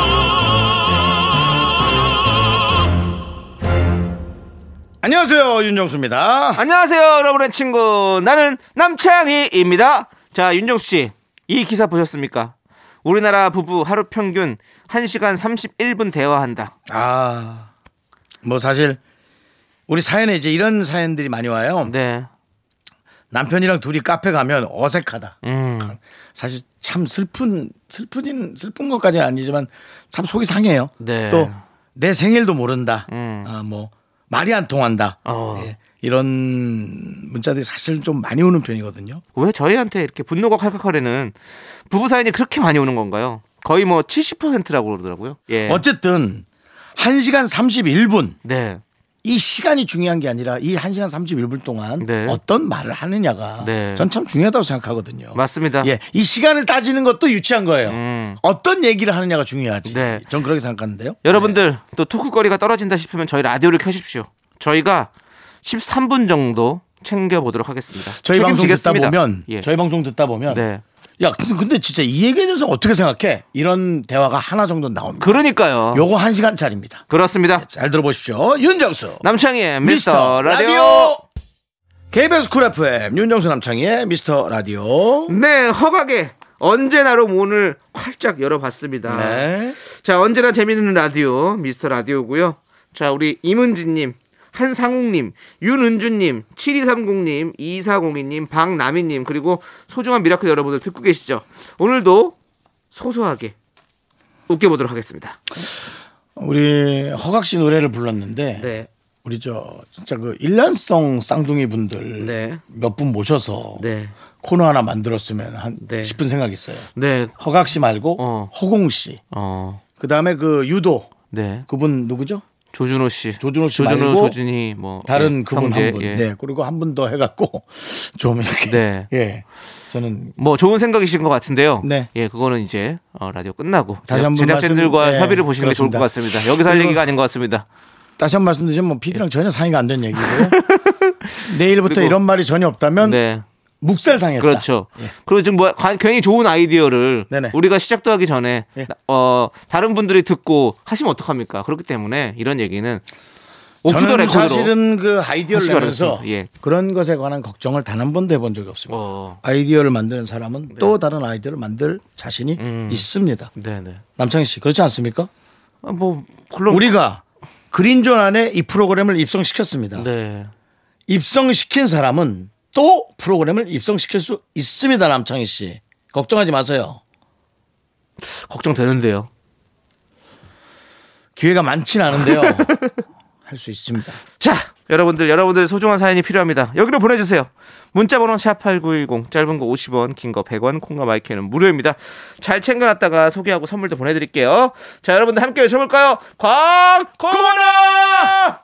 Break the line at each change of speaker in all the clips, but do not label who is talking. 안녕하세요 윤정수입니다.
안녕하세요, 여러분의 친구. 나는 남창희입니다. 자, 윤정수 씨, 이 기사 보셨습니까? 우리나라 부부 하루 평균 1시간 31분 대화한다.
아뭐 사실 우리 사연에 이제 이런 사연들이 많이 와요.
네.
남편이랑 둘이 카페 가면 어색하다.
음.
그러니까. 사실 참 슬픈 슬프진 슬픈 것까지는 아니지만 참 속이 상해요.
네.
또 내 생일도 모른다.
음.
아뭐 말이 안 통한다.
어.
예, 이런 문자들이 사실 좀 많이 오는 편이거든요.
왜 저희한테 이렇게 분노가 칼칼칼에는 부부 사연이 그렇게 많이 오는 건가요? 거의 뭐 70%라고 그러더라고요. 예.
어쨌든 1시간 31분
네.
이 시간이 중요한 게 아니라 이 1시간 31분 동안
네.
어떤 말을 하느냐가
네.
전 참 중요하다고 생각하거든요.
맞습니다.
예, 이 시간을 따지는 것도 유치한 거예요.
음.
어떤 얘기를 하느냐가 중요하지.
네.
전 그렇게 생각하는데요.
여러분들 또 토크거리가 떨어진다 싶으면 저희 라디오를 켜십시오. 저희가 13분 정도 챙겨 보도록 하겠습니다.
저희 방송 듣다
책임지겠습니다.
보면
예.
저희 방송 듣다 보면
네.
야 근데, 근데 진짜 이 얘기에 대해서 어떻게 생각해? 이런 대화가 하나 정도 나옵니다.
그러니까요.
요거 한 시간짜리입니다.
그렇습니다.
잘 들어보십시오. 윤정수
남창희의 미스터 라디오.
KBS 쿨 FM 윤정수 남창희의 미스터 라디오
네, 허각의 언제나로 문을 활짝 열어봤습니다.
네.
자, 언제나 재밌는 라디오, 미스터 라디오고요. 자, 우리 임은진님, 한상욱님, 윤은주님, 7230님, 2402님, 박나미님, 그리고 소중한 미라클 여러분들 듣고 계시죠? 오늘도 소소하게 웃겨보도록 하겠습니다.
우리 허각 씨 노래를 불렀는데
네.
우리 저 진짜 그 일란성 쌍둥이 분들
네.
몇 분 모셔서
네.
코너 하나 만들었으면 한
네.
10분 생각 있어요.
네.
허각 씨 말고
어.
허공 씨.
어,
그다음에 그 유도
네.
그분 누구죠?
조준호 씨.
조준호 씨 말고
조준희, 뭐.
다른
예,
그분
성재,
한 분.
예.
네. 그리고 한 분 더 해갖고 좀 이렇게.
네.
예. 저는
뭐 좋은 생각이신 것 같은데요.
네.
예, 그거는 이제 어, 라디오 끝나고
다시 한번
제작진들과
말씀- 네,
협의를 보시는 게 좋을 것
그렇습니다.
같습니다. 여기서 할
그리고-
얘기가 아닌 것 같습니다.
다시 한 번 말씀드리면 뭐 PD랑 전혀 상의가 안 된 얘기고요. 내일부터
그리고-
이런 말이 전혀 없다면
네,
묵살 당했다. 예.
그렇죠. 그리고 지금 뭐 관- 굉장히 좋은 아이디어를
네네.
우리가 시작도 하기 전에
예.
어 다른 분들이 듣고 하시면 어떡합니까? 그렇기 때문에 이런 얘기는 오프 더
저는
레코드로
사실은 그 아이디어를
하시기
내면서
바라겠습니다. 예.
그런 것에 관한 걱정을 단 한 번도 해본 적이 없습니다.
어,
아이디어를 만드는 사람은 또 다른 아이디어를 만들 자신이
음.
있습니다.
네, 네.
남창희 씨 그렇지 않습니까?
아, 뭐 물론
우리가 그린존 안에 이 프로그램을 입성시켰습니다.
네.
입성시킨 사람은 또 프로그램을 입성시킬 수 있습니다. 남창희 씨 걱정하지 마세요.
걱정되는데요.
기회가 많진 않은데요. 할 수 있습니다.
자, 여러분들 여러분들 소중한 사연이 필요합니다. 여기로 보내 주세요. 문자 번호 샵8910 짧은 거 50원, 긴 거 100원, 콩과 마이크는 무료입니다. 잘 챙겨 놨다가 소개하고 선물도 보내 드릴게요. 자, 여러분들 함께 외쳐 볼까요? 광고라!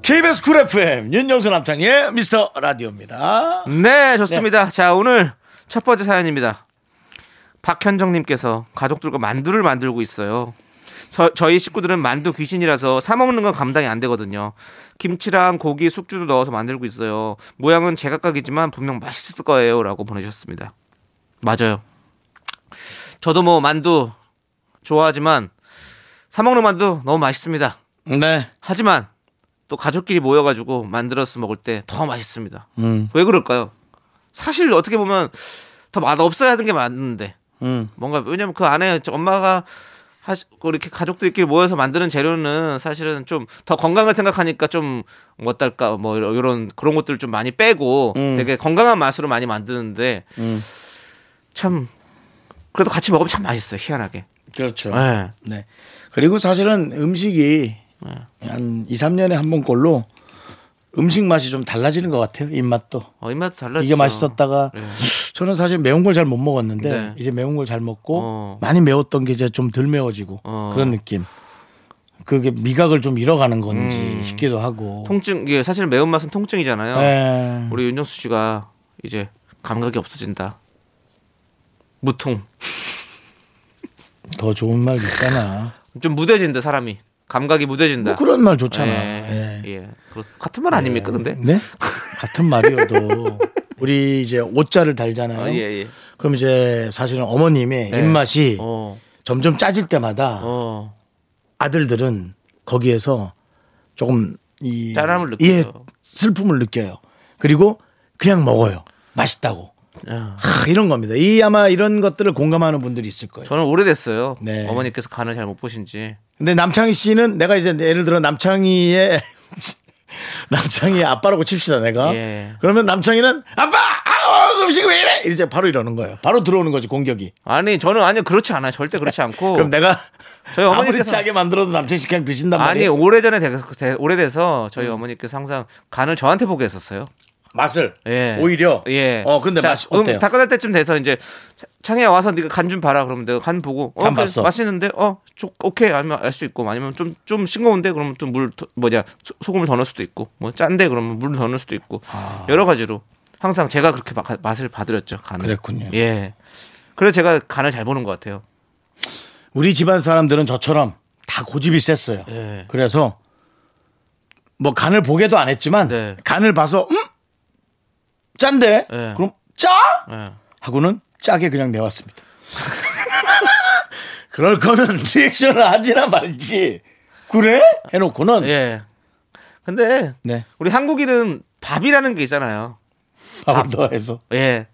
KBS 쿨 FM 윤정수 남창의 미스터 라디오입니다.
네, 좋습니다. 자, 오늘 첫 번째 사연입니다. 박현정님께서 가족들과 만두를 만들고 있어요. 저, 저희 식구들은 만두 귀신이라서 사 먹는 건 감당이 안 되거든요. 김치랑 고기, 숙주도 넣어서 만들고 있어요. 모양은 제각각이지만 분명 맛있을 거예요라고 보내주셨습니다. 맞아요. 저도 뭐 만두 좋아하지만 사 먹는 만두 너무 맛있습니다.
네.
하지만 또 가족끼리 모여가지고 만들어서 먹을 때 더 맛있습니다.
음.
왜 그럴까요? 사실 어떻게 보면 더 맛없어야 하는 게 맞는데
음.
뭔가 왜냐면 그 안에 엄마가 하시, 이렇게 가족들끼리 모여서 만드는 재료는 사실은 좀 더 건강을 생각하니까 좀 어떨까 뭐 이런 그런 것들 좀 많이 빼고
음.
되게 건강한 맛으로 많이 만드는데
음.
참 그래도 같이 먹으면 참 맛있어요 희한하게.
그렇죠.
네.
네. 그리고 사실은 음식이 한 2, 3년에 한 번꼴로 음식 맛이 좀 달라지는 것 같아요. 입맛도.
어, 입맛도 달라지죠.
이게 맛있었다가 저는 사실 매운 걸 잘 못 먹었는데
네.
이제 매운 걸 잘 먹고
어.
많이 매웠던 게 이제 좀 덜 매워지고
어.
그런 느낌. 그게 미각을 좀 잃어가는 건지 싶기도 하고.
음. 통증 이게 사실 매운 맛은 통증이잖아요.
예.
우리 윤정수 씨가 이제 감각이 없어진다. 무통.
더 좋은 말 있잖아.
좀 무뎌진다 사람이. 감각이 무뎌진다.
뭐 그런 말 좋잖아. 예.
예. 예. 그렇- 같은 말 아닙니까 근데?
네? 같은 말이어도 우리 이제 옷자를 달잖아요.
아, 예, 예.
그럼 이제 사실은 어머님의 입맛이
어.
점점 짜질 때마다
어.
아들들은 거기에서 조금 이
짠함을 느껴요.
예, 슬픔을 느껴요. 그리고 그냥 먹어요. 맛있다고.
야.
하, 이런 겁니다. 이 아마 이런 것들을 공감하는 분들이 있을 거예요.
저는 오래됐어요.
네.
어머니께서 간을 잘 못 보신지.
근데 남창희 씨는 내가 이제 예를 들어 남창희의 남창희 아빠라고 칩시다 내가.
예.
그러면 남창희는 아빠 아 음식 왜 이래? 이제 바로 이러는 거예요. 바로 들어오는 거지 공격이.
아니 저는 아니 그렇지 않아요. 절대 그렇지 않고.
그럼 내가
어. 저희
아무리
어머니께서-
짜게 만들어도 남창희 씨 그냥 드신단
아니
말이에요.
오래전에 되- 되- 오래돼서 저희
음.
어머니께서 항상 간을 저한테 보게 했었어요.
맛을
예.
오히려
예.
어 근데
자,
맛이 어때요?
음, 닭가살 때쯤 돼서 이제 차- 창이야 와서 네가 간 좀 봐라. 그러면 내가 간 보고 어
간
그래,
봤어.
맛있는데 어 좋- 오케이 아니면 알 수 있고 아니면 좀 좀 싱거운데 그러면 또 물 뭐냐 소- 소금을 더 넣을 수도 있고 뭐 짠데 그러면 물 더 넣을 수도 있고
아.
여러 가지로 항상 제가 그렇게 마- 맛을 봐드렸죠 간을.
그랬군요.
예. 그래서 제가 간을 잘 보는 것 같아요.
우리 집안 사람들은 저처럼 다 고집이 셌어요.
예.
그래서 뭐 간을 보게도 안 했지만
네.
간을 봐서 음 짠데
예.
그럼 짜
예.
하고는 짜게 그냥 내왔습니다. 그럴 거면 리액션을 하지나 말지. 그래? 해놓고는
예. 근데
네
우리 한국인은 밥이라는 게 있잖아요.
밥을 더해서
예.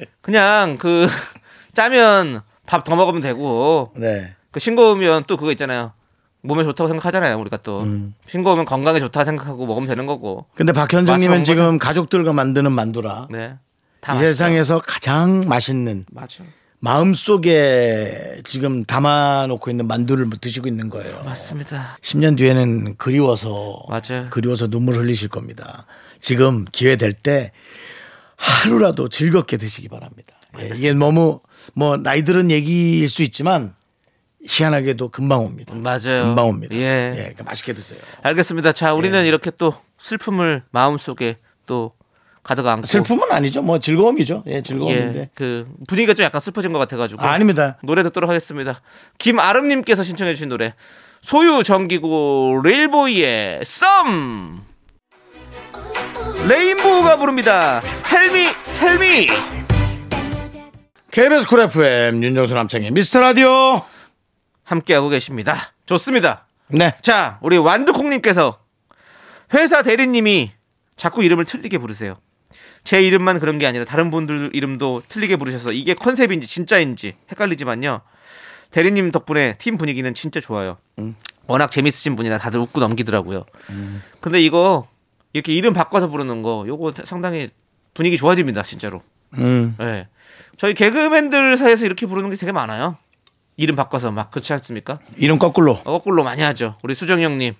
그냥 그 짜면 밥 더 먹으면 되고
네
그 싱거우면 또 그거 있잖아요. 몸에 좋다고 생각하잖아요. 우리가 또
음.
싱거우면 건강에 좋다 생각하고 먹으면 되는 거고.
근데 박현정님은
맛있는
지금 가족들과 만드는 만두라
네.
이
다
세상에서 가장 맛있는
맞아.
마음속에 지금 담아놓고 있는 만두를 드시고 있는 거예요.
맞습니다.
10년 뒤에는 그리워서
맞아요.
그리워서 눈물 흘리실 겁니다. 지금 기회 될 때 하루라도 즐겁게 드시기 바랍니다. 예, 이게 너무 뭐 나이 들은 얘기일 수 있지만 희한하게도 금방 옵니다.
맞아요.
금방 옵니다.
예.
그러니까 맛있게 드세요.
알겠습니다. 자, 우리는
예.
이렇게 또 슬픔을 마음속에 또 가득 안고
슬픔은 아니죠. 뭐 즐거움이죠. 예, 즐거움인데.
예. 그 분위기가 좀 약간 슬퍼진 것 같아 가지고.
아, 아닙니다.
노래 듣도록 하겠습니다. 김아름 님께서 신청해 주신 노래. 소유 정기고 레일보이의 썸. 레인보우가 부릅니다. 텔미 텔미.
KBS 쿨 FM 윤정수 남창희 미스터 라디오.
함께하고 계십니다. 좋습니다.
네.
자, 우리 완두콩님께서 회사 대리님이 자꾸 이름을 틀리게 부르세요. 제 이름만 그런 게 아니라 다른 분들 이름도 틀리게 부르셔서 이게 컨셉인지 진짜인지 헷갈리지만요. 대리님 덕분에 팀 분위기는 진짜 좋아요. 워낙 재밌으신 분이라 다들 웃고 넘기더라고요. 근데 이거 이렇게 이름 바꿔서 부르는 거 요거 상당히 분위기 좋아집니다, 진짜로.
음.
예. 저희 개그맨들 사이에서 이렇게 부르는 게 되게 많아요. 이름 바꿔서 막 그렇지 않습니까?
이름 거꾸로.
어, 거꾸로 많이 하죠. 우리 수정 형님.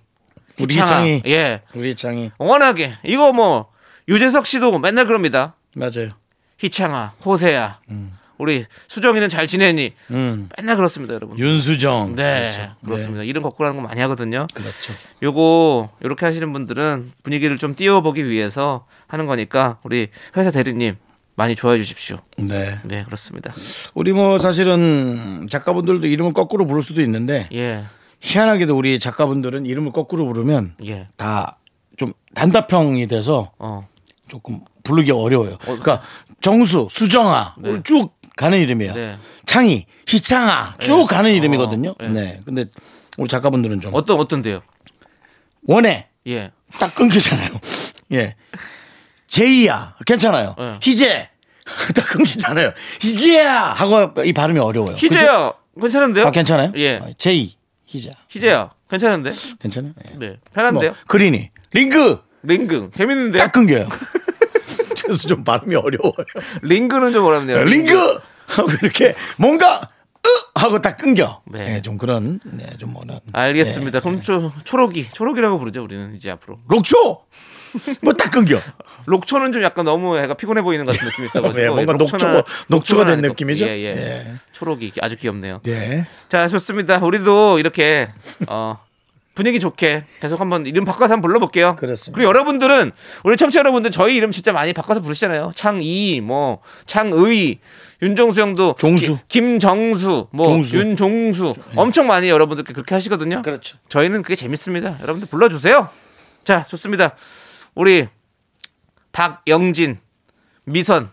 우리
희창아.
희창이.
예.
우리 창이
워낙에. 이거 뭐, 유재석 씨도 맨날 그럽니다.
맞아요.
희창아, 호세야. 우리 수정이는 잘 지내니.
음.
맨날 그렇습니다, 여러분.
윤수정.
네.
그렇죠.
그렇습니다 이름 거꾸로 하는 거 많이 하거든요.
그렇죠.
요거, 요렇게 하시는 분들은 분위기를 좀 띄워보기 위해서 하는 거니까, 우리 회사 대리님 많이 좋아해 주십시오.
네.
네, 그렇습니다.
우리 뭐 사실은 작가분들도 이름을 거꾸로 부를 수도 있는데
예,
희한하게도 우리 작가분들은 이름을 거꾸로 부르면
예.
다 좀 단답형이 돼서
어,
조금 부르기 어려워요. 그러니까 정수, 수정아
네.
쭉 가는 이름이에요.
네.
창희, 희창아 쭉 가는 이름이거든요.
네.
네. 근데 우리 작가분들은 좀
어떤, 어떤데요?
원해
예.
딱 끊기잖아요. 예. 제이야. 괜찮아요.
예.
희재. 딱 끊기잖아요. 희재야! 하고 이 발음이 어려워요.
희재야! 괜찮은데요?
아, 괜찮아요?
예.
아, 제이 희자.
희재야, 괜찮은데?
괜찮아요? 예.
네,
뭐,
편한데요? 네.
그린이 링그
링근 재밌는데요?
딱 끊겨요. 그래서 좀 발음이 어려워요.
링근은 좀 어렵네요.
링그 하고 이렇게 뭔가 으 하고 딱 끊겨.
네.
예, 좀 그런 네, 좀 뭐는 네.
알겠습니다. 그럼 초, 초록이, 초록이라고 부르죠 우리는 이제 앞으로.
예. 록초 뭐 딱 끊겨.
록초는 좀 약간 너무 애가 피곤해 보이는 것 같은 느낌이 있어가지고
네, 뭔가
예,
녹초가-
록초는-
녹초가 된
록초는 아닐
느낌이죠?
것 같- 예, 예.
예.
초록이 아주 귀엽네요.
예.
자, 좋습니다. 우리도 이렇게 어, 분위기 좋게 계속 한번 이름 바꿔서 한번 불러볼게요.
그렇습니다.
그리고 여러분들은 우리 청취자 여러분들 저희 이름 진짜 많이 바꿔서 부르시잖아요. 창이, 뭐 창의, 윤정수 형도
종수.
기- 김정수, 뭐
종수. 예.
윤종수 엄청 많이 여러분들께 그렇게 하시거든요.
그렇죠.
저희는 그게 재밌습니다. 여러분들 불러주세요. 자, 좋습니다. 우리 박영진, 미선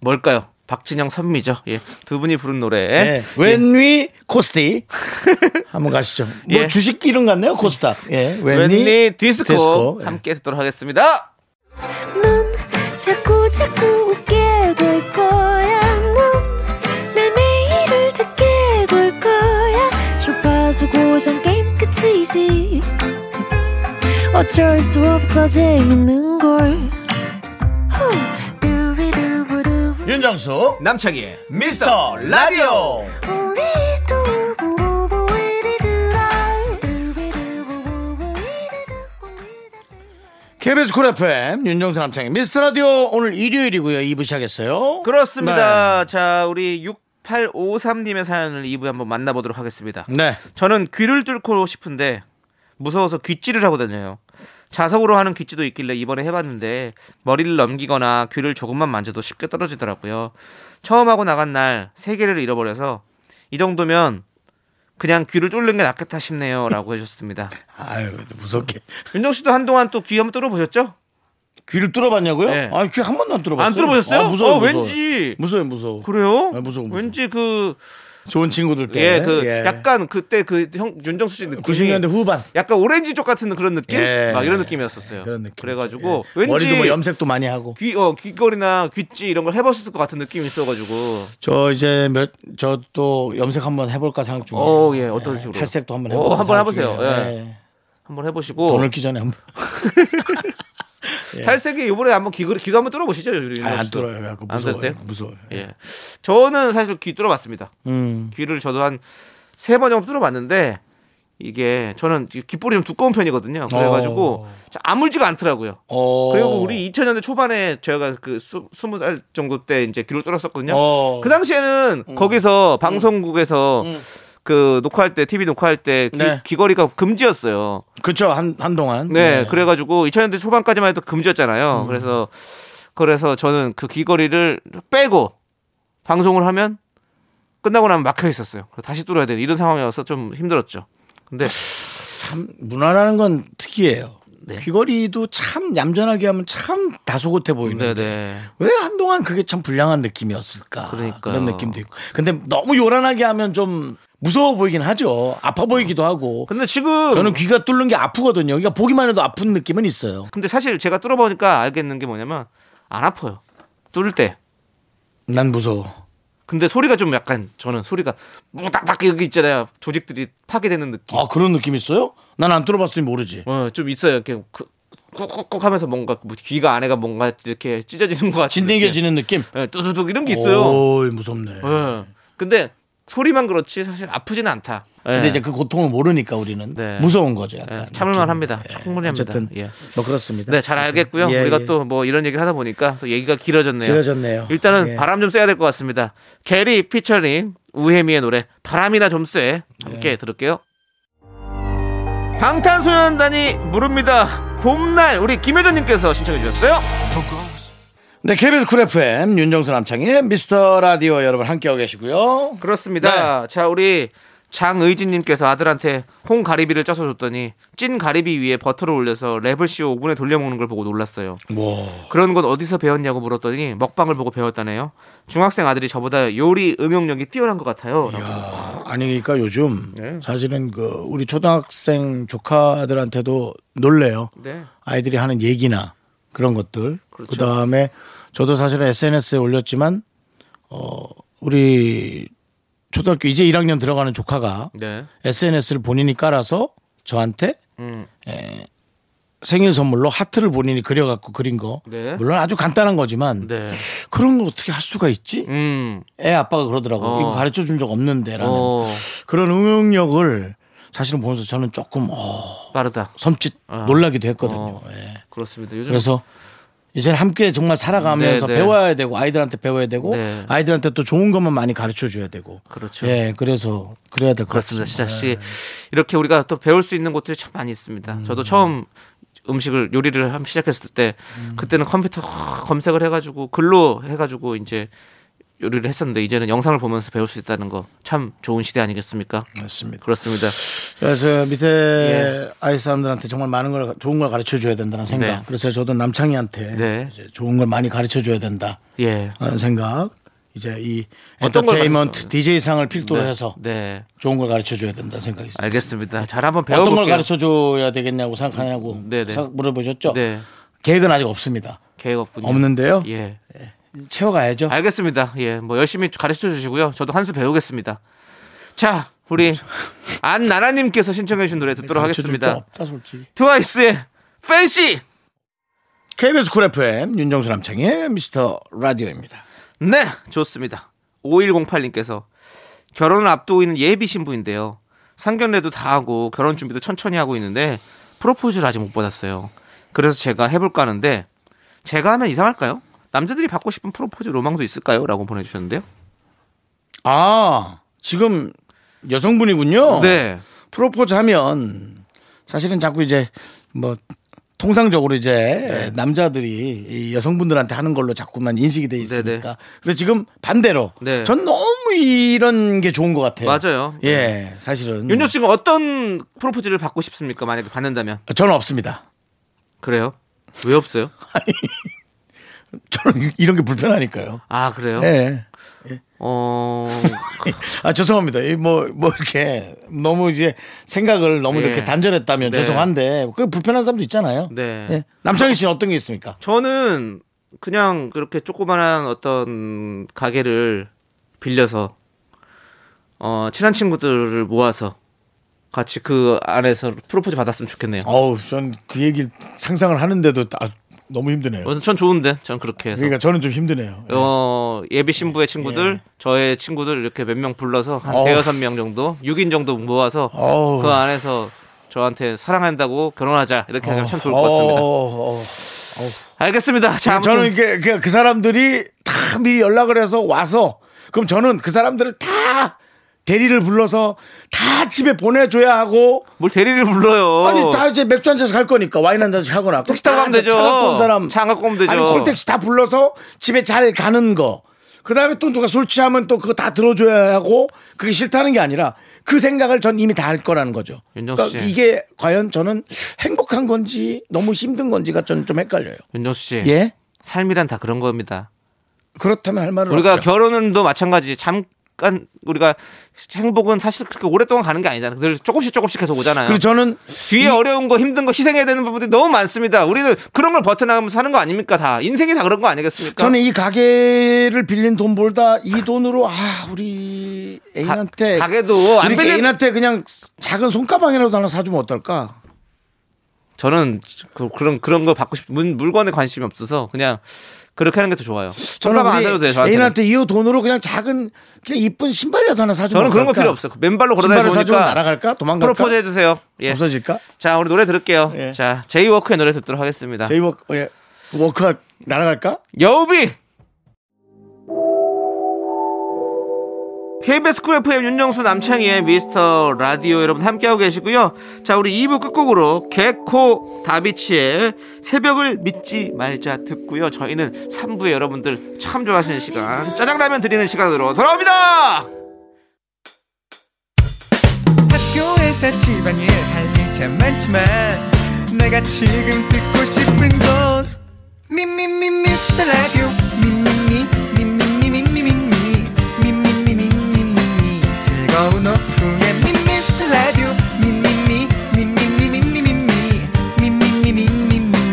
뭘까요? 박진영 선미죠. 예, 두 분이 부른 노래.
예. 웬위 코스티 한번 가시죠. 뭐
예.
주식 이름 같네요 코스타. 예.
웬니
웬니
디스코,
디스코. 예.
함께 듣도록 하겠습니다.
넌 자꾸 자꾸 웃게 될 거야. 넌내 매일을 듣게 될 거야. 주파수 고정 게임 끝이지. 어쩔 수 없어 재밌는 걸. 후. 두비두부두부.
윤정수
남창희의
미스터 라디오.
우리 두부부부 우리 두라. 두비두부부부 우리 두부 우리 두라.
KBS 쿨 FM 윤정수 남창희 미스터 라디오 오늘 일요일이고요. 2부 시작했어요.
그렇습니다.
네.
자, 우리 6853님의 사연을 2부에 한번 만나보도록 하겠습니다.
네. 네.
저는 귀를 뚫고 싶은데 무서워서 귓질을 하고 다녀요. 자석으로 하는 귓지도 있길래 이번에 해봤는데 머리를 넘기거나 귀를 조금만 만져도 쉽게 떨어지더라고요. 처음 하고 나간 날 세 개를 잃어버려서 이 정도면 그냥 귀를 뚫는 게 낫겠다 싶네요라고 해주셨습니다.
아유 무섭게
윤정 씨도 한동안 또 귀 한번 뚫어 보셨죠?
귀를 뚫어봤냐고요?
네.
아니 귀 한 번도 안 뚫어봤어요.
안 뚫어보셨어요?
아, 무서워,
어,
무서워.
왠지.
무서워 무서워.
그래요?
아, 무서워, 무서워.
왠지 그
좋은 친구들 때.
예, 그
예.
약간 그때 그 형 윤정수 씨 느낌이
90년대 후반.
약간 오렌지 쪽 같은 그런 느낌?
예.
막 이런 느낌이었었어요.
그런 느낌.
네. 그래가지고
예.
왠지
머리도 뭐 염색도 많이 하고.
귀, 어, 귀걸이나 귓지 이런 걸 해보셨을 것 같은 느낌이 있어가지고
저 이제 몇 저 또 염색 한번 해볼까 생각 중이에요.
어, 예, 어떤 식으로?
탈색도 한번
어,
해볼까.
한번
생각
해보세요.
중이에요.
예.
예.
한번 해보시고 예.
돈 얻기 전에 한번.
탈색이 이번에 한번 귀 귀도 한번 뚫어보시죠. 우리
예. 아,
윤정수
안
씨도.
뚫어요. 그래갖고
안
무서워요.
뚫었어요?
무서워요.
예, 저는 사실 귀 뚫어봤습니다.
음.
귀를 저도 한 세 번 정도 뚫어봤는데 이게 저는 귓볼이 좀 두꺼운 편이거든요. 그래가지고 자, 아물지가 않더라고요.
어.
그리고 우리 2000년대 초반에 저희가 그 수, 20살 정도 때 이제 귀를 뚫었었거든요.
어. 음.
그 당시에는 거기서 방송국에서 그 녹화할 때 TV 녹화할 때 귀,
네.
귀걸이가 금지였어요.
그쵸 한 한동안.
네, 그래가지고 2000년대 초반까지만 해도 금지였잖아요.
음.
그래서 그래서 저는 그 귀걸이를 빼고 방송을 하면 끝나고 나면 막혀 있었어요. 그래서 다시 뚫어야 되는 이런 상황이어서 좀 힘들었죠. 근데
참 문화라는 건 특이해요.
네.
귀걸이도 참 얌전하게 하면 참 다소곳해 보이는데
네네
왜 한동안 그게 참 불량한 느낌이었을까
그러니까요.
그런 느낌도 있고 근데 너무 요란하게 하면 좀 무서워 보이긴 하죠 아파 보이기도 하고
근데 그 지금
저는 귀가 뚫는 게 아프거든요 그러니까 보기만 해도 아픈 느낌은 있어요
근데 사실 제가 뚫어보니까 알겠는 게 뭐냐면 안 아파요. 뚫을 때.
난 무서워
근데 소리가 좀 약간 저는 소리가 무닥닥 여기 있잖아요. 조직들이 파괴되는 느낌.
아 그런 느낌 있어요? 난 안 뚫어봤으니 모르지
어, 좀 있어요. 이렇게 그- 꾹꾹꾹 하면서 뭔가 뭐 귀가 안에가 뭔가 이렇게 찢어지는 것 같은
진댕겨지는 느낌
느낌. 예, 뚜두둑 이런 게 있어요.
오 무섭네
예. 근데 소리만 그렇지 사실 아프지는 않다. 예.
근데 이제 그 고통을 모르니까 우리는
네.
무서운 거죠 약간
예, 참을만 합니다.
예,
충분히 합니다.
어쨌든
예.
뭐 그렇습니다
네, 잘 알겠고요.
예,
우리가
예.
또 뭐 이런 얘기를 하다 보니까 또 얘기가 길어졌네요.
길어졌네요.
일단은
예.
바람 좀 쐬야 될 것 같습니다. 게리 피처링 우혜미의 노래 바람이나 좀 쐬. 함께
예.
들을게요. 방탄소년단이 부릅니다. 봄날 우리 김혜전님께서 신청해 주셨어요.
네, KBS 쿨 FM 윤정수 남창의 미스터 라디오 여러분 함께하고 계시고요.
그렇습니다. 자 우리 장의진님께서 아들한테 홍 가리비를 짜서 줬더니 찐 가리비 위에 버터를 올려서 랩을 씌워 오븐에 돌려 먹는 걸 보고 놀랐어요.
뭐
그런 건 어디서 배웠냐고 물었더니 먹방을 보고 배웠다네요. 중학생 아들이 저보다 요리 응용력이 뛰어난 것 같아요.
아니 그러니까 요즘
네.
사실은 그 우리 초등학생 조카들한테도 놀래요.
네.
아이들이 하는 얘기나 그런 것들. 그다
그렇죠.
음에 저도 사실은 SNS에 올렸지만 어 우리 초등학교 이제 1학년 들어가는 조카가
네.
SNS를 본인이 깔아서 저한테
음.
에, 생일 선물로 하트를 본인이 그려갖고 그린 거
네.
물론 아주 간단한 거지만
네.
그런 걸 어떻게 할 수가 있지?
음.
애 아빠가 그러더라고
어.
이거 가르쳐 준 적 없는데라는
어.
그런 응용력을 사실은 보면서 저는 조금 어,
빠르다.
섬찟
아.
놀라기도 했거든요.
어.
예.
그렇습니다. 요즘
그래서 이제 함께 정말 살아가면서
네, 네.
배워야 되고 아이들한테 배워야 되고
네.
아이들한테 또 좋은 것만 많이 가르쳐 줘야 되고
그렇죠.
예, 그래서 그래야 될 것
그렇습니다.
같습니다. 네.
시작 씨 이렇게 우리가 또 배울 수 있는 곳들이 참 많이 있습니다. 저도 처음 음식을 요리를 함 시작했을 때
음.
그때는 컴퓨터 확 검색을 해가지고 글로 해가지고 이제 요리를 했었는데 이제는 영상을 보면서 배울 수 있다는 거 참 좋은 시대 아니겠습니까?
맞습니다.
그렇습니다.
그래서 밑에
예.
아이 사람들한테 정말 많은 걸 좋은 걸 가르쳐 줘야 된다는 생각.
네.
그래서 저도 남창희한테
네.
이제 좋은 걸 많이 가르쳐 줘야 된다.
예.
라는 생각. 이제 이
어떤 걸
엔터테인먼트
가르쳐-
DJ 상을 필두로 해서
네.
좋은 걸 가르쳐 줘야 된다 는 생각이 있습니다.
알겠습니다. 잘 한번
어떤
배워볼게요.
걸 가르쳐 줘야 되겠냐고 생각하냐고
네네.
사- 물어보셨죠?
네.
계획은 아직 없습니다.
계획 없군요.
없는데요.
예.
채워가야죠.
알겠습니다. 예, 뭐 열심히 가르쳐 주시고요. 저도 한 수 배우겠습니다. 자, 우리 안나라님께서 신청해 주신 노래 듣도록
음, 가르쳐 줄줄
하겠습니다.
없다 솔직히.
트와이스의 팬시.
KBS 쿨 FM 윤정수 남창의 미스터 라디오입니다.
네, 좋습니다. 5108님께서 결혼을 앞두고 있는 예비 신부인데요. 상견례도 다 하고 결혼 준비도 천천히 하고 있는데 프로포즈를 아직 못 받았어요. 그래서 제가 해볼까 하는데 제가 하면 이상할까요? 남자들이 받고 싶은 프로포즈 로망도 있을까요? 라고 보내주셨는데요.
아 지금 여성분이군요.
네.
프로포즈 하면 사실은 자꾸 이제 뭐 통상적으로 이제
네.
남자들이 이 여성분들한테 하는 걸로 자꾸만 인식이 돼 있으니까.
네네.
그래서 지금 반대로
네.
전 너무 이런 게 좋은 것 같아요.
맞아요. 네.
예, 사실은
음. 윤정 씨는 어떤 프로포즈를 받고 싶습니까? 만약에 받는다면
저는 없습니다.
그래요? 왜 없어요?
저는 이런 게 불편하니까요.
아 그래요?
예.
어
아 죄송합니다. 이 뭐, 뭐 이렇게 너무 이제 생각을 너무
예.
이렇게 단절했다면
네.
죄송한데 그 불편한 사람도 있잖아요.
네.
예. 남창희 씨는 어떤 게 있습니까?
저는 그냥 그렇게 조그만한 어떤 가게를 빌려서 어 친한 친구들을 모아서 같이 그 안에서 프로포즈 받았으면 좋겠네요.
어우, 전 그 얘기를 상상을 하는데도 아, 너무 힘드네요.
어, 전 좋은데 전 그렇게 해서
그러니까 저는 좀 힘드네요. 예.
어 예비 신부의 친구들 저의 친구들 이렇게 몇 명 불러서 한
어우.
대여섯 명 정도 6인 정도 모아서
어우.
그 안에서 저한테 사랑한다고 결혼하자 이렇게 하면 참 좋을 것
어,
같습니다.
어, 어.
알겠습니다. 자, 아무튼
저는 이게 그, 그 사람들이 다 미리 연락을 해서 와서 그럼 저는 그 사람들을 다 대리를 불러서 다 집에 보내줘야 하고
뭘 대리를 불러요.
아니 다 이제 맥주 한 잔씩 할 거니까 와인 한 잔씩 하거나
택시 타고 어. 가면 되죠.
차 갖고 온 사람
차 갖고 오면 되죠.
아니 콜택시 다 불러서 집에 잘 가는 거 그다음에 또 누가 술 취하면 또 그거 다 들어줘야 하고 그게 싫다는 게 아니라 그 생각을 전 이미 다 할 거라는 거죠 그러니까
윤정수 씨.
이게 과연 저는 행복한 건지 너무 힘든 건지가 저는 좀 헷갈려요
윤정수 씨,
예
삶이란 다 그런 겁니다.
그렇다면 할 말은
우리가
없죠
결혼은도 마찬가지. 잠깐 우리가 행복은 사실 그렇게 오랫동안 가는 게 아니잖아요. 늘 조금씩 조금씩 계속 오잖아요.
그리고 저는
뒤에 어려운 거 힘든 거 희생해야 되는 부분들이 너무 많습니다. 우리는 그런 걸 버텨나가면서 사는 거 아닙니까? 다 인생이 다 그런 거 아니겠습니까?
저는 이 가게를 빌린 돈 벌다 이 돈으로 아 우리 애인한테
가- 가게도 안
우리
빌린-
애인한테 그냥 작은 손가방이라도 하나 사주면 어떨까?
저는 그, 런 그런 걸 받고 싶 물, 물건에 관심이 없어서 그냥 그렇게 하는 게 더 좋아요.
저는
손가방 안 사도 돼요.
우리
저한테는.
애인한테 이 돈으로 그냥 작은 그냥 이쁜 신발이라도 하나 사주면
저는 그런 거
어떨까?
필요 없어요. 맨발로
그러니까 신발을
걸어다니고
사주면
오니까
날아갈까? 도망갈까?
프로포즈 해주세요. 예.
없어질까?
자 우리 노래 들을게요.
예.
자 제이워크의 노래 듣도록 하겠습니다.
제이워크 예. 워크할 날아갈까?
여우비 KBS 쿨 FM 윤정수 남창희의 미스터 라디오 여러분 함께하고 계시고요. 자 우리 2부 끝곡으로 개코 다비치의 새벽을 믿지 말자 듣고요. 저희는 3부에 여러분들 참 좋아하시는 시간 짜장라면 드리는 시간으로 돌아옵니다.
학교에서 집안일 할 일 참 많지만 내가 지금 듣고 싶은 건 미미미 미스터 라디오 미미미 미미미 미미미 미미미 미미미 미미미 즐거운 오후에 미미스터 라디오 미미미 미미미 미미미 미미미 미미미 미미미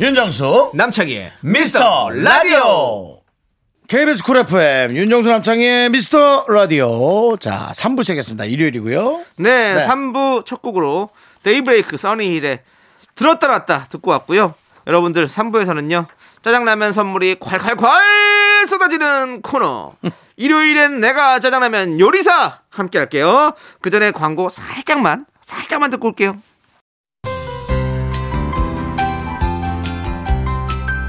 윤정수
남창희의
미스터 라디오
KBS 쿨 FM 윤정수 남창의 미스터 라디오 자 3부 시작했습니다 일요일이고요
네,
네.
3부 첫 곡으로 데이브레이크 써니힐의 들었다 놨다 듣고 왔고요. 여러분들 3부에서는요. 짜장라면 선물이 콸콸콸 쏟아지는 코너. 일요일엔 내가 짜장라면 요리사 함께 할게요. 그 전에 광고 살짝만 살짝만 듣고 올게요.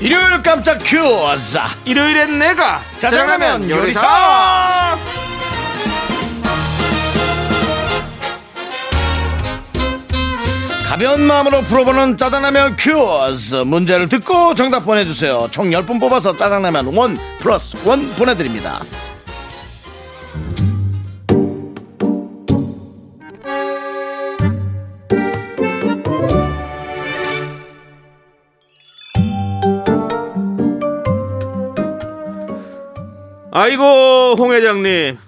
일요일 깜짝 퀴즈
일요일엔 내가
짜장라면
요리사.
가벼운 마음으로 풀어보는 짜장라면 큐어스 문제를 듣고 정답 보내주세요 총 10분 뽑아서 짜장라면 원 플러스 원 보내드립니다
아이고 홍 회장님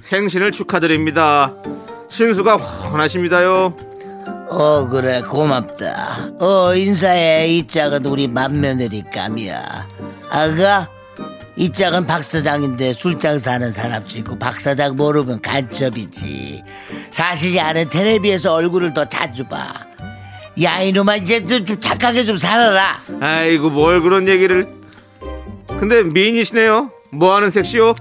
생신을 축하드립니다. 신수가 훤하십니다요.
어 그래 고맙다 어 인사해 이 짝은 우리 맏며느리 감이야 아가 이 짝은 박사장인데 술장 사는 사람 치고 박사장 모르면 간첩이지 사실 야는 텔레비에서 얼굴을 더 자주 봐야 이놈아 이제 좀, 좀 착하게 좀 살아라
아이고 뭘 그런 얘기를. 근데 미인이시네요. 뭐하는 섹시요?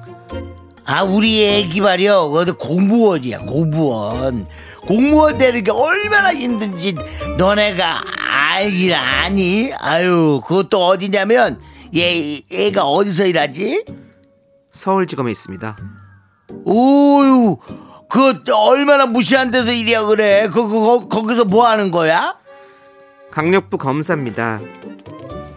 아 우리 애기 말이요 어디 공무원이야 공무원 공무원 되는 게 얼마나 힘든지 너네가 알긴 아니 아유 그것도 어디냐면 얘 얘가 어디서 일하지
서울지검에 있습니다.
오유 그 얼마나 무시한 데서 일이야 그래 그, 그 거- 거기서 뭐 하는 거야
강력부 검사입니다.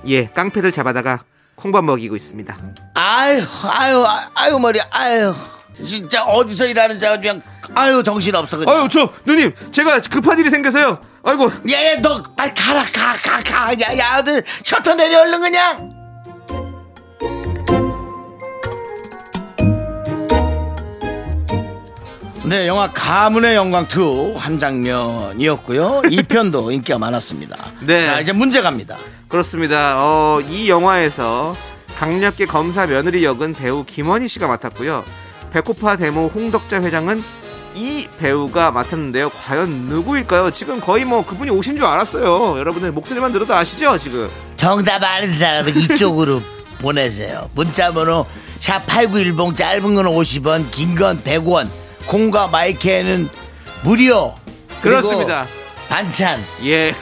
예, 깡패들 잡아다가 콩밥 먹이고 있습니다.
아유 아유 아- 아유 머리 아유 진짜 어디서 일하는 자가 그냥 아유 정신 없어 그냥
아유, 저 누님, 제가 급한 일이 생겨서요. 아이고,
야야 너 빨리 가라 가 가가야야 아들 셔터 내려 얼른 그냥
네 영화 가문의 영광 2 한 장면이었고요 2편도 인기가 많았습니다
네.
자 이제 문제 갑니다
그렇습니다. 어, 이 영화에서 강력계 검사 며느리 역은 배우 김원희 씨가 맡았고요. 배코파 데모 홍덕자 회장은 이 배우가 맡았는데요. 과연 누구일까요? 지금 거의 뭐 그분이 오신 줄 알았어요. 여러분들 목소리만 들어도 아시죠? 지금.
정답 아는 사람은 이쪽으로 보내세요. 문자번호 샵 8910 짧은 건 50원, 긴 건 100원. 콩과 마이크에는 무료. 그리고
그렇습니다.
반찬,
예.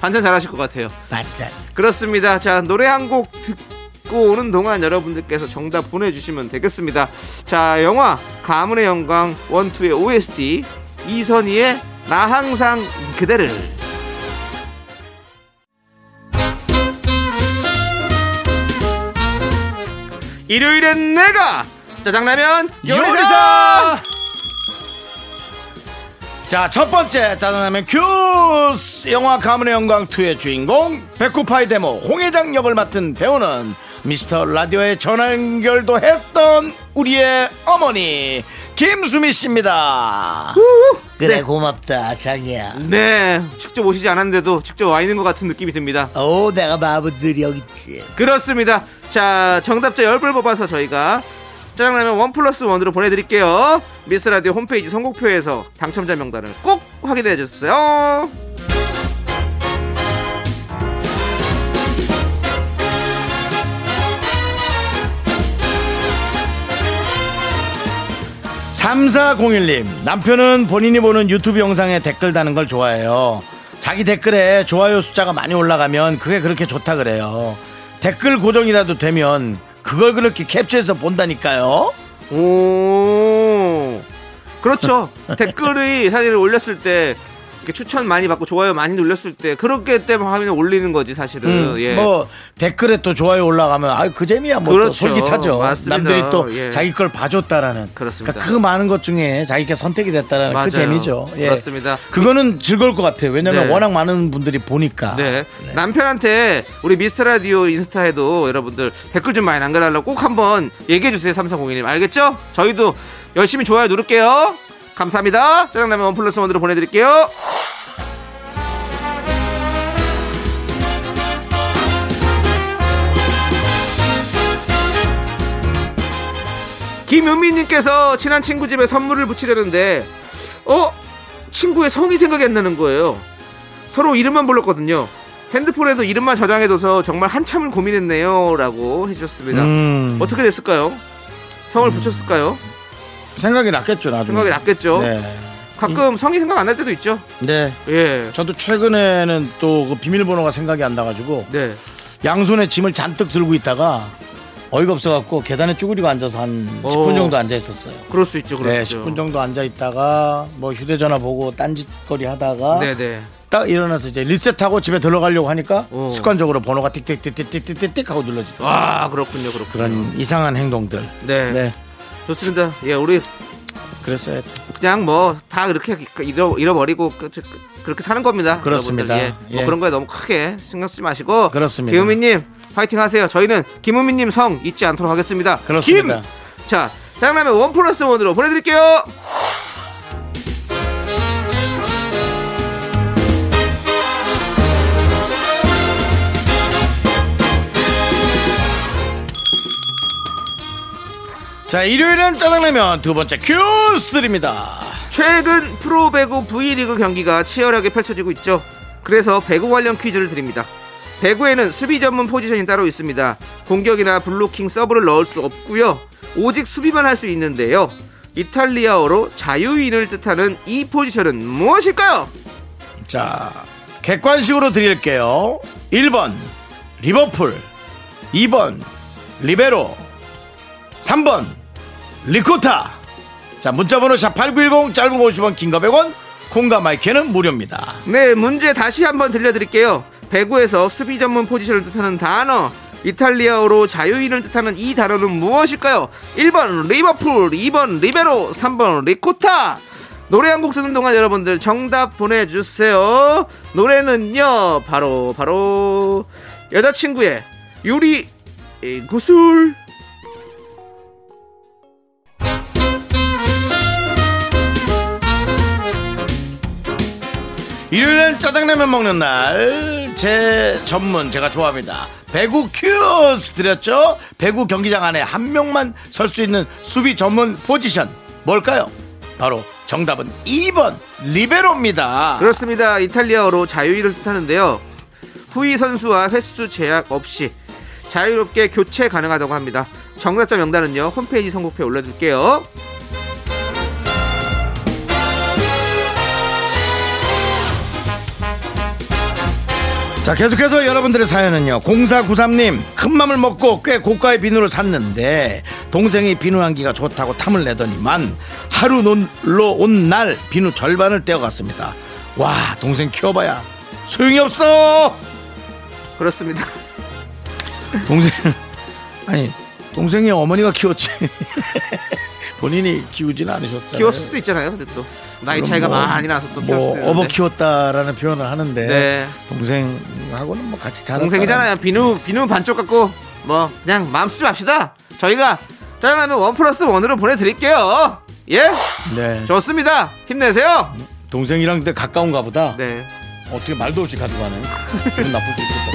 반찬 잘하실 것 같아요.
반찬.
그렇습니다. 자, 노래 한 곡 듣고 오는 동안 여러분들께서 정답 보내주시면 되겠습니다. 자, 영화 가문의 영광 원투의 OST 이선희의 나 항상 그대를 일요일엔 내가 짜장라면 요리사
자, 첫 번째 짜장라면 큐스! 영화 가문의 영광 2의 주인공, 백구파이 데모 홍회장 역을 맡은 배우는 미스터 라디오에 전화 연결도 했던 우리의 어머니, 김수미 씨입니다.
그래 고맙다 장이야.
네 직접 오시지 않았는데도 직접 와 있는 것 같은 느낌이 듭니다
어,
오 내가 마음들이 여기 있지.
그렇습니다. 자, 정답자 10분 뽑아서 저희가 짜장라면 원 플러스 원으로 보내드릴게요. 미스라디오 홈페이지 선곡표에서 당첨자 명단을 꼭 확인해 주세요.
삼사공일님 남편은 본인이 보는 유튜브 영상에 댓글 다는 걸 좋아해요. 자기 댓글에 좋아요 숫자가 많이 올라가면 그게 그렇게 좋다 그래요. 댓글 고정이라도 되면 그걸 그렇게 캡처해서 본다니까요.
오. 그렇죠. 댓글이 사실 올렸을 때 이렇게 추천 많이 받고 좋아요 많이 눌렸을 때 그렇게 때문에 화면에 올리는 거지 사실은.
음,
예.
뭐 댓글에 또 좋아요 올라가면 아유 그 재미야 뭐또
그렇죠.
솔깃하죠.
맞습니다.
남들이 또
예.
자기 걸 봐줬다라는.
그렇습니다.
그러니까 그 많은 것 중에 자기가 선택이 됐다라는
맞아요.
그 재미죠. 예.
그렇습니다.
그거는 즐거울 것 같아요. 왜냐하면
네.
워낙 많은 분들이 보니까.
네. 남편한테 우리 미스터 라디오 인스타에도 여러분들 댓글 좀 많이 남겨달라고 꼭 한번 얘기해 주세요. 삼성공인님 알겠죠? 저희도 열심히 좋아요 누를게요. 감사합니다. 짜장라면 원 플러스 원으로 보내드릴게요. 김윤미님께서 친한 친구 집에 선물을 붙이려는데 어 친구의 성이 생각이 안 나는 거예요. 서로 이름만 불렀거든요. 핸드폰에도 이름만 저장해둬서 정말 한참을 고민했네요라고 해주셨습니다.
음.
어떻게 됐을까요? 성을 붙였을까요?
생각이 났겠죠 나중에.
생각이 났겠죠.
네.
가끔 성이 생각 안 날 때도 있죠.
네.
예.
저도 최근에는 또 그 비밀번호가 생각이 안 나가지고
네.
양손에 짐을 잔뜩 들고 있다가 어이가 없어갖고 계단에 쭈그리고 앉아서 한
어.
10분 정도 앉아 있었어요.
그럴 수 있죠. 그럴
네,
수 있죠.
10분 정도 앉아 있다가 뭐 휴대전화 보고 딴짓거리 하다가
네네.
딱 일어나서 이제 리셋하고 집에 들어가려고 하니까
오.
습관적으로 번호가 틱틱틱틱틱틱틱 하고 눌러지더라고요.
와 그렇군요. 그렇군요.
그런 이상한 행동들.
네.
네,
좋습니다. 예, 우리
그랬어요.
그냥 뭐 다 이렇게 잃어, 잃어버리고 그- 저- 그렇게 사는 겁니다.
그렇습니다.
여러분들. 예. 뭐
예.
그런 거에 너무 크게 신경 쓰지 마시고
그렇습니다.
김우민님 파이팅 하세요. 저희는 김우민님 성 잊지 않도록 하겠습니다.
그렇습니다.
김! 자, 장남의 원 플러스 원으로 보내드릴게요.
자, 일요일엔 짜장라면 두 번째 큐스들입니다.
최근 프로배구 V리그 경기가 치열하게 펼쳐지고 있죠. 그래서 배구 관련 퀴즈를 드립니다. 배구에는 수비 전문 포지션이 따로 있습니다. 공격이나 블로킹 서브를 넣을 수 없고요. 오직 수비만 할 수 있는데요. 이탈리아어로 자유인을 뜻하는 이 포지션은 무엇일까요?
자, 객관식으로 드릴게요. 1번 리버풀, 2번 리베로, 3번 리코타. 자, 문자번호 샵 8910, 짧은 50원, 긴 거 100원, 콩과 마이크는 무료입니다.
네, 문제 다시 한번 들려드릴게요. 배구에서 수비 전문 포지션을 뜻하는 단어, 이탈리아어로 자유인을 뜻하는 이 단어는 무엇일까요? 1번 리버풀, 2번 리베로, 3번 리코타. 노래 한 곡 듣는 동안 여러분들 정답 보내주세요. 노래는요, 바로, 바로, 여자친구의 유리 이, 구슬.
일요일엔 짜장라면 먹는 날, 제 전문 제가 좋아합니다. 배구 큐스 드렸죠? 배구 경기장 안에 한 명만 설 수 있는 수비 전문 포지션 뭘까요? 바로 정답은 2번 리베로입니다.
그렇습니다. 이탈리아어로 자유인을 뜻하는데요. 후위 선수와 횟수 제약 없이 자유롭게 교체 가능하다고 합니다. 정답자 명단은요 홈페이지 선곡표에 올려둘게요.
자 계속해서 여러분들의 사연은요 0493님 큰맘을 먹고 꽤 고가의 비누를 샀는데 동생이 비누 향기가 좋다고 탐을 내더니만 하루 놀러 온 날 비누 절반을 떼어갔습니다 와 동생 키워봐야 소용이 없어
그렇습니다.
동생 아니 동생이 어머니가 키웠지 본인이 키우진 않으셨잖아요
키웠을 수도 있잖아요. 근데 또 나이 차이가
네. 뭐,
많이 나서 또 키웠을 수도
뭐
있는데.
어버 키웠다라는 표현을 하는데
네.
동생하고는 뭐 같이 자랐다
동생이잖아요. 비누 비누 반쪽 갖고 뭐 그냥 마음 쓰지 맙시다. 저희가 짜장라면 원 플러스 원으로 보내드릴게요. 예,
네.
좋습니다. 힘내세요.
동생이랑 근데 가까운가 보다
네.
어떻게 말도 없이 가져가네. 기분 나쁠 수 있겠다.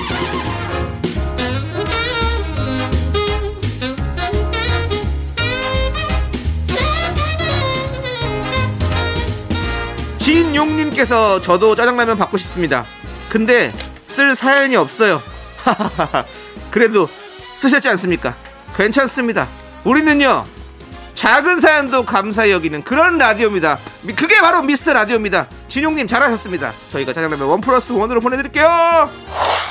진용님께서 저도 짜장라면 받고 싶습니다. 근데 쓸 사연이 없어요. 그래도 쓰셨지 않습니까? 괜찮습니다. 우리는요 작은 사연도 감사히 여기는 그런 라디오입니다. 미- 그게 바로 미스터 라디오입니다. 진용님 잘하셨습니다. 저희가 짜장라면 원 플러스 원으로 보내드릴게요.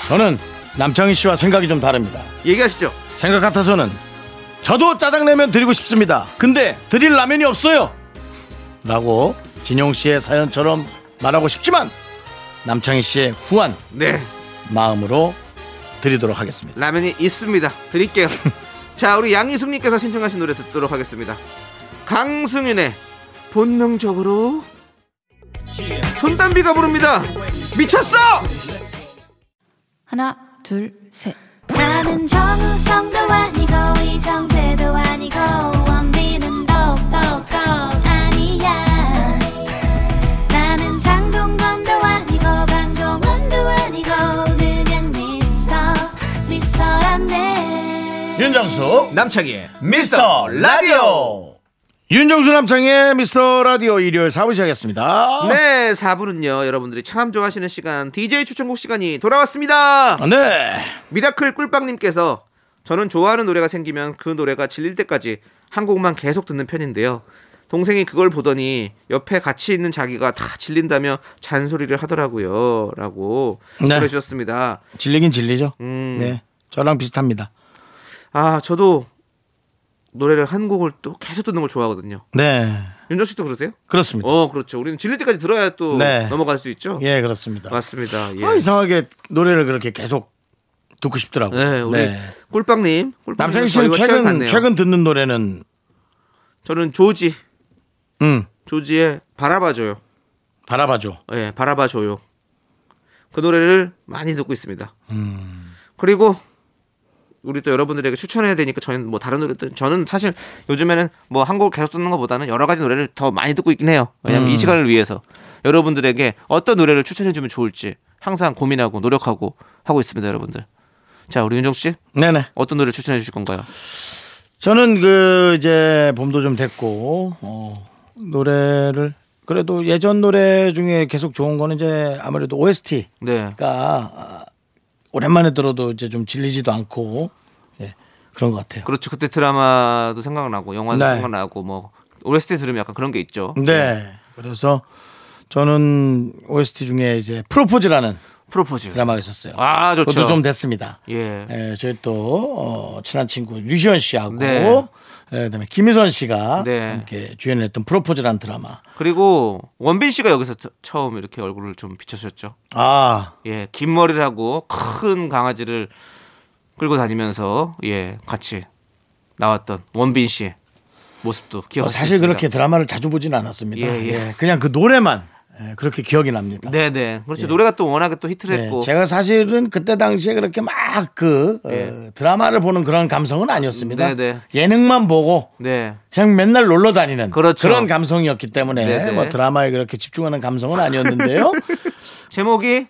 저는 남창희 씨와 생각이 좀 다릅니다.
얘기하시죠.
생각 같아서는 저도 짜장라면 드리고 싶습니다. 근데 드릴 라면이 없어요. 라고 진용 씨의 사연처럼 말하고 싶지만 남창희 씨의 후한
네.
마음으로 드리도록 하겠습니다.
라면이 있습니다. 드릴게요. 자, 우리 양희숙님께서 신청하신 노래 듣도록 하겠습니다. 강승윤의 본능적으로 손담비가 부릅니다. 미쳤어!
하나, 둘, 셋.
나는 정우성도 아니고 이정재도 아니고 원빈은 더욱더 아니야 나는 장동건도 아니고 강동원도 아니고 그냥 미스터 미스터란데
윤정수
남창희의
미스터 라디오
윤정수 남창의 미스터 라디오 일요일 사부 시작했습니다.
네, 4부는요. 여러분들이 참 좋아하시는 시간 DJ 추천곡 시간이 돌아왔습니다.
아, 네.
미라클 꿀빵님께서 저는 좋아하는 노래가 생기면 그 노래가 질릴 때까지 한 곡만 계속 듣는 편인데요. 동생이 그걸 보더니 옆에 같이 있는 자기가 다 질린다며 잔소리를 하더라고요. 라고
네.
보내주셨습니다.
질리긴 질리죠.
음.
네. 저랑 비슷합니다.
아, 저도 노래를 한 곡을 또 계속 듣는 걸 좋아하거든요.
네.
윤정 씨도 그러세요?
그렇습니다.
어, 그렇죠. 우리는 질릴 때까지 들어야 또
네.
넘어갈 수 있죠.
예, 그렇습니다.
맞습니다. 예.
아, 이상하게 노래를 그렇게 계속 듣고 싶더라고요.
네, 우리
네.
꿀빵님. 꿀빵님
남창희 씨는 최근 최근 듣는 노래는
저는 조지,
음,
조지의 바라봐줘요.
바라봐줘.
예, 바라봐줘요. 그 노래를 많이 듣고 있습니다. 그리고 우리 또 여러분들에게 추천해야 되니까 저희는 뭐 다른 노래들 저는 사실 요즘에는 뭐 한 곡 계속 듣는 것보다는 여러 가지 노래를 더 많이 듣고 있긴 해요. 왜냐면 이
음.
시간을 위해서 여러분들에게 어떤 노래를 추천해 주면 좋을지 항상 고민하고 노력하고 하고 있습니다, 여러분들. 자, 우리 윤정 씨
네네.
어떤 노래 를 추천해 주실 건가요?
저는 그 이제 봄도 좀 됐고 어, 노래를 그래도 예전 노래 중에 계속 좋은 거는 이제 아무래도 OST가 아,
네.
오랜만에 들어도 이제 좀 질리지도 않고 예, 그런 것 같아요.
그렇죠. 그때 드라마도 생각나고 영화도
네.
생각나고 뭐 오레스테 들으면 약간 그런 게 있죠.
네. 그래서 저는 OST 중에 이제 프로포즈라는
프로포즈.
드라마가 있었어요.
아, 좋죠.
그것도 좀 됐습니다.
예.
예, 저희 또 어, 친한 친구 류시원 씨하고
네.
예, 그다음에 김희선 씨가
네.
함께 주연을 했던 프로포즈라는 드라마.
그리고 원빈 씨가 여기서 처- 처음 이렇게 얼굴을 좀 비춰주셨죠.
아,
예, 긴 머리를 하고 큰 강아지를 끌고 다니면서 예, 같이 나왔던 원빈 씨의 모습도
어,
기억.
사실 그렇게 드라마를 자주 보진 않았습니다.
예, 예.
예, 그냥 그 노래만 예, 그렇게 기억이 납니다.
네, 네. 그렇죠. 노래가 또 워낙에 또 히트를
예. 네,
했고.
제가 사실은 그때 당시에 그렇게 막 그 드라마를 보는 그런 감성은 아니었습니다.
예. 네, 네.
예능만 보고
네.
그냥 맨날 놀러 다니는
그렇죠.
런 감성이었기 때문에
네네.
뭐 드라마에 그렇게 집중하는 감성은 아니었는데요.
제목이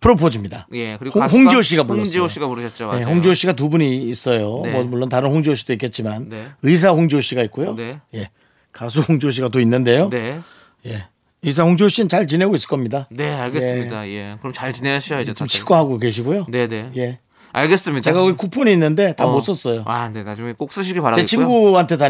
프로포즈입니다.
예, 그리고
홍-
가수가
홍지호 씨가 불렀어요.
홍지호 씨가 부르셨죠.
네,
맞아요.
홍지호 씨가 두 분이 있어요.
네.
뭐 물론 다른 홍지호 씨도 있겠지만
네.
의사 홍지호 씨가 있고요.
네.
예. 가수 홍지호 씨가 또 있는데요.
네.
예. 의사 홍지호 씨는 잘 지내고 있을 겁니다.
네, 알겠습니다. 예. 그럼 잘
지금
지내셔야죠. 다들.
치과하고 계시고요.
네, 네.
예.
알겠습니다.
제가 거기 쿠폰이 있는데 다 못 썼어요.
아, 네. 나중에 꼭 쓰시길
제
바라겠고요.
친구한테 다,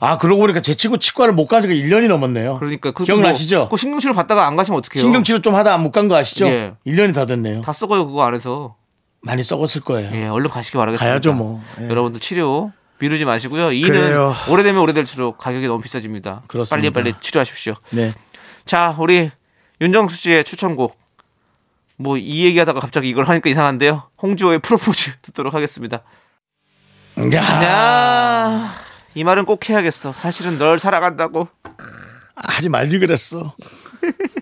아, 그러고 보니까 제 친구 치과를 못 간 지가 1년이 넘었네요.
그러니까 그
기억나시죠?
뭐, 그 신경치료 받다가 안 가시면 어떡해요?
신경치료 좀 하다 안 못 간 거 아시죠?
예.
1년이 다 됐네요.
다 썩어요 그거 안에서.
많이 썩었을 거예요.
예, 얼른 가시기 바라겠습니다.
네. 가야죠, 뭐. 예.
여러분들 치료 미루지 마시고요. 이는
그래요.
오래되면 오래될수록 가격이 너무 비싸집니다.
그렇습니다.
빨리 빨리 치료하십시오.
네.
자, 우리 윤정수 씨의 추천곡. 뭐 이 얘기하다가 갑자기 이걸 하니까 이상한데요. 홍지호의 프로포즈 듣도록 하겠습니다.
야,
야, 이 말은 꼭 해야겠어. 사실은 널 사랑한다고.
하지 말지 그랬어.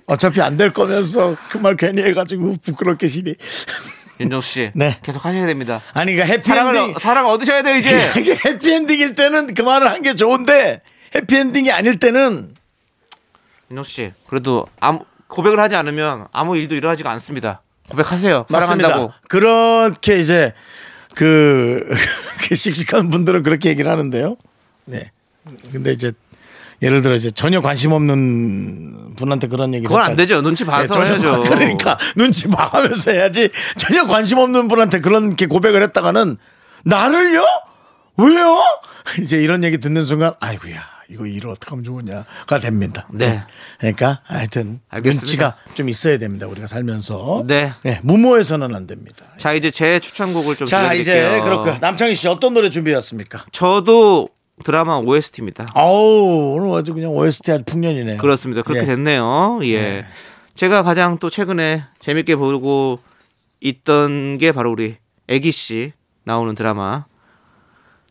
어차피 안 될 거면서 그 말 괜히 해가지고 부끄럽게 시니.
윤정수 씨,
네.
계속 하셔야 됩니다.
아니, 그러니까
사랑을
해피엔딩.
어- 예. 사랑 얻으셔야 돼요 이제.
이게 해피엔딩일 때는 그 말을 한 게 좋은데 해피엔딩이 아닐 때는
윤정 씨, 그래도 아무 고백을 하지 않으면 아무 일도 일어나지가 않습니다. 고백하세요. 사랑한다고.
맞습니다. 그렇게 이제 그 그 씩씩한 분들은 그렇게 얘기를 하는데요. 네. 근데 이제 예를 들어 이제 전혀 관심 없는 분한테 그런 얘기를
그건 안
했다.
되죠. 눈치
네,
봐서
전혀
해야죠.
관- 그러니까 눈치 봐가면서 해야지 전혀 관심 없는 분한테 그렇게 고백을 했다가는 나를요? 왜요? 이제 이런 얘기 듣는 순간 아이고야 이거 일을 어떻게 하면 좋으냐가 됩니다.
네.
그러니까 하여튼
알겠습니다.
눈치가 좀 있어야 됩니다. 우리가 살면서.
네.
예, 무모해서는 안 됩니다.
자 이제 제 추천곡을 좀
자,
들려드릴게요.
이제 그렇고요. 남창희 씨 어떤 노래 준비해왔습니까?
저도 드라마 OST입니다.
아우, 오늘 아주 그냥 OST 아주 풍년이네요.
그렇습니다. 그렇게
예.
됐네요. 예. 제가 가장 또 최근에 재밌게 보고 있던 게 바로 우리 애기 씨 나오는 드라마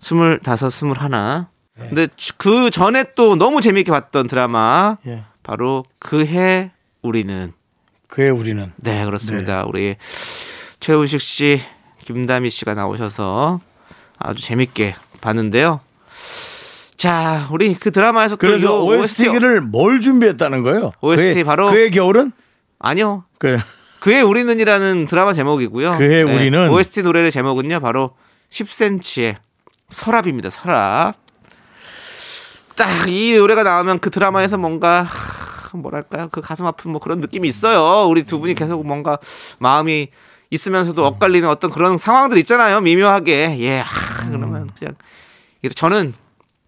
스물다섯 스물하나.
네.
근데 주- 그 전에 또 너무 재밌게 봤던 드라마
예.
바로 그 해 우리는
그의 우리는
네 그렇습니다. 우리 최우식 씨, 김다미 씨가 나오셔서 아주 재밌게 봤는데요. 자, 우리 그 드라마에서 또
그래서
요
OST를 뭘 준비했다는 거예요?
OST
그의-
바로-
그의 겨울은
아니요.
그
그의 우리는이라는 드라마 제목이고요. 네,
그의 우리는.
OST 노래의 제목은요. 바로 10cm의 서랍입니다. 서랍. 딱 이 노래가 나오면 그 드라마에서 뭔가 하, 뭐랄까요? 그 가슴 아픈 뭐 그런 느낌이 있어요. 우리 두 분이 계속 뭔가 마음이 있으면서도 엇갈리는 어떤 그런 상황들 있잖아요. 미묘하게. 예. 하, 그러면 그냥 이래- 저는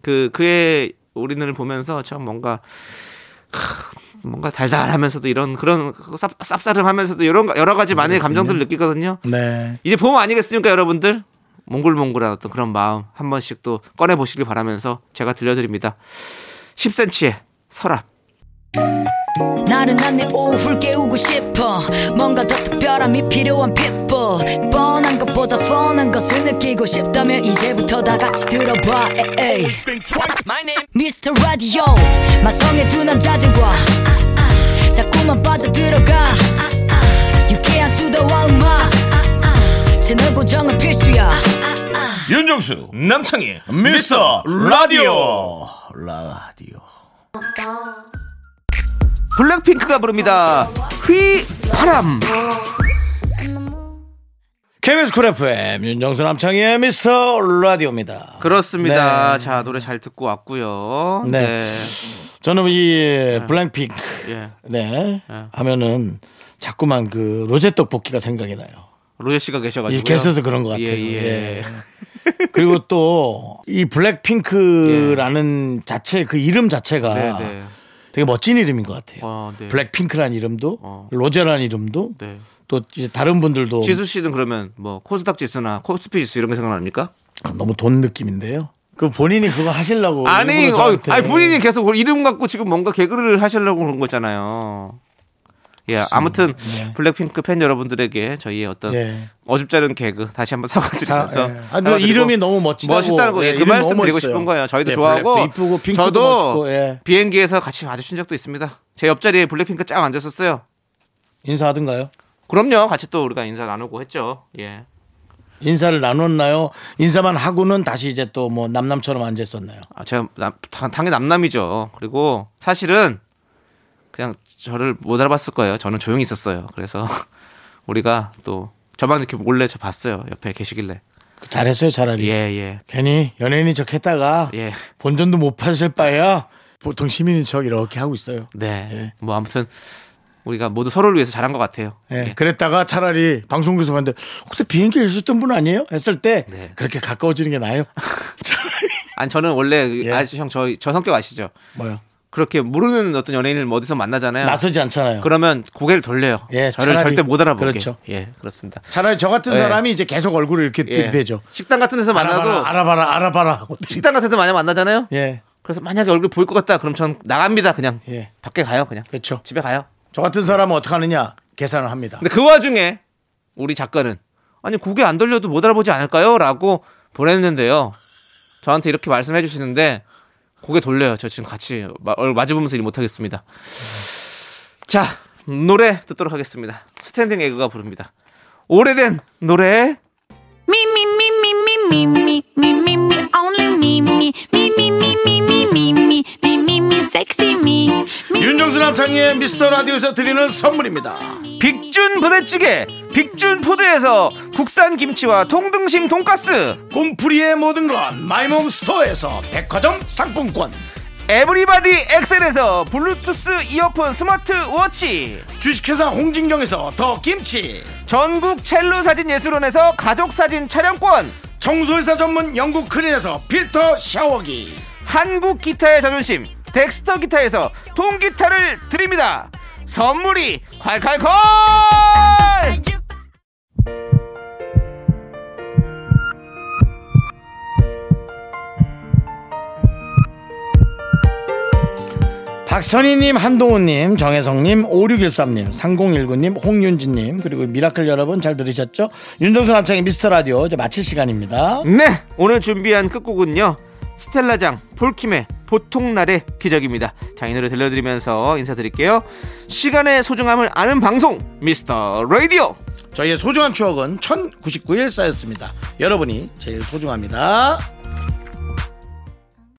그 그의 우리는을 보면서 참 뭔가 뭔가 달달하면서도 이런 그런 쌉, 쌉싸름하면서도 이런 여러 가지 많은 감정들을 느끼거든요.
네.
이제 봄 아니겠습니까, 여러분들? 몽글몽글한 어떤 그런 마음 한 번씩 또 꺼내 보시길 바라면서 제가 들려드립니다. 10cm의 서랍.
나른한 내 오후를 깨우고 싶어 뭔가 더 특별함이 필요한 people 뻔한 것보다 뻔한 것을 느끼고 싶다면 이제부터 다 같이 들어봐 에이. Mr. Radio 마성의 두 남자들과 자꾸만 빠져들어가 유쾌한 수다와 음악 채널 고정은 필수야
윤정수 남창희 미스터 라디오 라디오
블랙핑크가 부릅니다. 휘파람.
KBS 쿨 FM 윤정수 남창희의 미스터 라디오입니다.
그렇습니다.
네.
자, 노래 잘 듣고 왔고요.
네. 저는 이 블랙핑크
예.
네 하면은 자꾸만 그 로제 떡볶이가 생각이 나요.
로제 씨가 계셔 가지고.
이렇게 있어서 그런 것 같아요.
예, 예.
예. 그리고 또 이 블랙핑크라는 자체 그 이름 자체가
예. 네, 네.
되게 멋진 이름인 것 같아요.
아, 네.
블랙핑크란 이름도
어.
로제란 이름도
네.
또 이제 다른 분들도
지수 씨는 그러면 뭐 코스닥 지수나 코스피 지수 이런 게 생각납니까?
아, 너무 돈 느낌인데요. 그 본인이 그거 하시려고
아니,
일부러
어,
저한테
아니 본인이 계속 그 이름 갖고 지금 뭔가 개그를 하시려고 그런 거잖아요. 예, 아무튼
네.
블랙핑크 팬 여러분들에게 저희의 어떤
예.
어줍잖은 개그 다시 한번 사과드리면서
자, 예. 아, 근데
사과드리고
이름이 너무 멋지다고.
멋있다는 거, 예,
예,
그
이름이
말씀
너무
드리고
멋있어요.
싶은 거예요. 저희도
예,
좋아하고
블랙도 이쁘고 핑크도
저도
멋있고, 예.
비행기에서 같이 봐주신 적도 있습니다. 제 옆자리에 블랙핑크 쫙 앉았었어요.
인사하던가요?
그럼요, 같이 또 우리가 인사 나누고 했죠. 예,
인사를 나눴나요? 인사만 하고는 다시 이제 또 뭐 남남처럼 앉아 있었나요?
아, 제가 남, 당- 당연히 남남이죠. 그리고 사실은 그냥 저를 못 알아봤을 거예요. 저는 조용히 있었어요. 그래서 우리가 또 저만 이렇게 몰래 저 봤어요. 옆에 계시길래.
잘했어요, 차라리.
예, 예.
괜히 연예인인 척 했다가
예.
본전도 못 파실 바에야 보통 시민인 척 이렇게 하고 있어요.
네.
예.
뭐 아무튼 우리가 모두 서로를 위해서 잘한 것 같아요.
예, 그랬다가 차라리 방송국에서 봤는데 혹시 비행기에 있었던 분 아니에요? 했을 때
네.
그렇게 가까워지는 게 나아요.
아니 저는 원래 그
예.
아시 형 저 저 성격 아시죠?
뭐요?
그렇게 모르는 어떤 연예인을 어디서 만나잖아요.
나서지 않잖아요.
네. 그러면 고개를 돌려요.
예,
저를
차라리-
절대 못 알아보게.
그렇죠.
예, 그렇습니다.
차라리 저 같은
예.
사람이 이제 계속 얼굴을 이렇게
예.
들이대죠.
식당 같은 데서 만나도
알아봐라, 알아봐라, 알아봐라. 하고 들이-
식당 같은 데서 많이 만나잖아요.
예,
그래서 만약에 얼굴 보일 것 같다 그럼 전 나갑니다 그냥
예.
밖에 가요 그냥
그렇죠.
집에 가요
저 같은 사람은 어떻게 하느냐 계산을 합니다.
근데 그 와중에 우리 작가는 아니 고개 안 돌려도 못 알아보지 않을까요? 라고 보냈는데요 저한테 이렇게 말씀해 주시는데 고개 돌려요 저 지금 같이 마, 얼- 마주보면서 일 못하겠습니다 자 노래 듣도록 하겠습니다 스탠딩 에그가 부릅니다 오래된 노래
Me, me, me, me, me, me, me, me, me, me, only me, me, me, me, me, me, me, me, me, me, me, me, sexy me.
네.
윤정수 남창희의 미스터 라디오에서 드리는 선물입니다.
빅준 부대찌개 빅준 푸드에서 국산 김치와 통등심 돈가스
꿈풀이의 모든 건 마이몸 스토어에서 백화점 상품권
에브리바디 엑셀에서 블루투스 이어폰 스마트 워치
주식회사 홍진경에서 더 김치
전국 첼로 사진 예술원에서 가족 사진 촬영권
청소회사 전문 영국 크린에서 필터 샤워기
한국 기타의 자존심 덱스터 기타에서 통기타를 드립니다. 선물이 콸콸콸!
박선희님, 한동훈님, 정혜성님, 5613님, 3019님, 홍윤진님, 그리고 미라클 여러분 잘 들으셨죠? 윤정수 남창의 미스터 라디오 이제 마칠 시간입니다.
네, 오늘 준비한 끝곡은요. 스텔라장 폴킴의 보통 날의 기적입니다. 자, 이 노래 들려드리면서 인사드릴게요. 시간의 소중함을 아는 방송 미스터 라디오.
저희의 소중한 추억은 1099일 쌓였습니다. 여러분이 제일 소중합니다.